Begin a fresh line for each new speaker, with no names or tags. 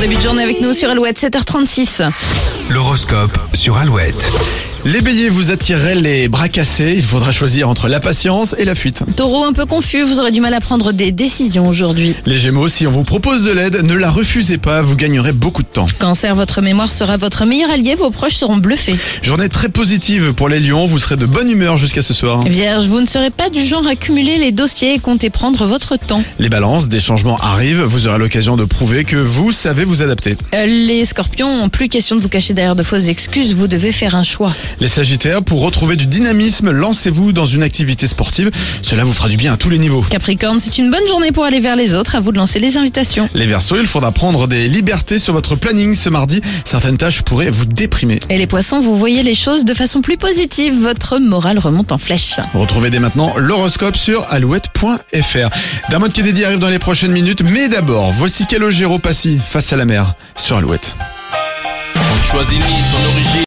début de journée avec nous sur Alouette, 7h36.
L'horoscope sur Alouette.
Les béliers, vous attirerez les bras cassés. Il faudra choisir entre la patience et la fuite.
Taureau un peu confus, vous aurez du mal à prendre des décisions aujourd'hui.
Les gémeaux, si on vous propose de l'aide, ne la refusez pas. Vous gagnerez beaucoup de temps.
Cancer, votre mémoire sera votre meilleur allié, vos proches seront bluffés.
Journée très positive pour les lions. Vous serez de bonne humeur jusqu'à ce soir.
Vierge, vous ne serez pas du genre à cumuler les dossiers et comptez prendre votre temps.
Les balances, des changements arrivent. Vous aurez l'occasion de prouver que vous savez vous adapter.
Euh, les scorpions, plus question de vous cacher derrière de fausses excuses, vous devez faire un choix.
Les sagittaires, pour retrouver du dynamisme, lancez-vous dans une activité sportive. Cela vous fera du bien à tous les niveaux.
Capricorne, c'est une bonne journée pour aller vers les autres, à vous de lancer les invitations.
Les versos, il faudra prendre des libertés sur votre planning ce mardi. Certaines tâches pourraient vous déprimer.
Et les poissons, vous voyez les choses de façon plus positive, votre morale remonte en flèche.
Retrouvez dès maintenant l'horoscope sur alouette.fr. D'un mode qui est dédié arrive dans les prochaines minutes, mais d'abord, voici Calogero Passy face à la mer sur Alouette.
Choisis ni son origine.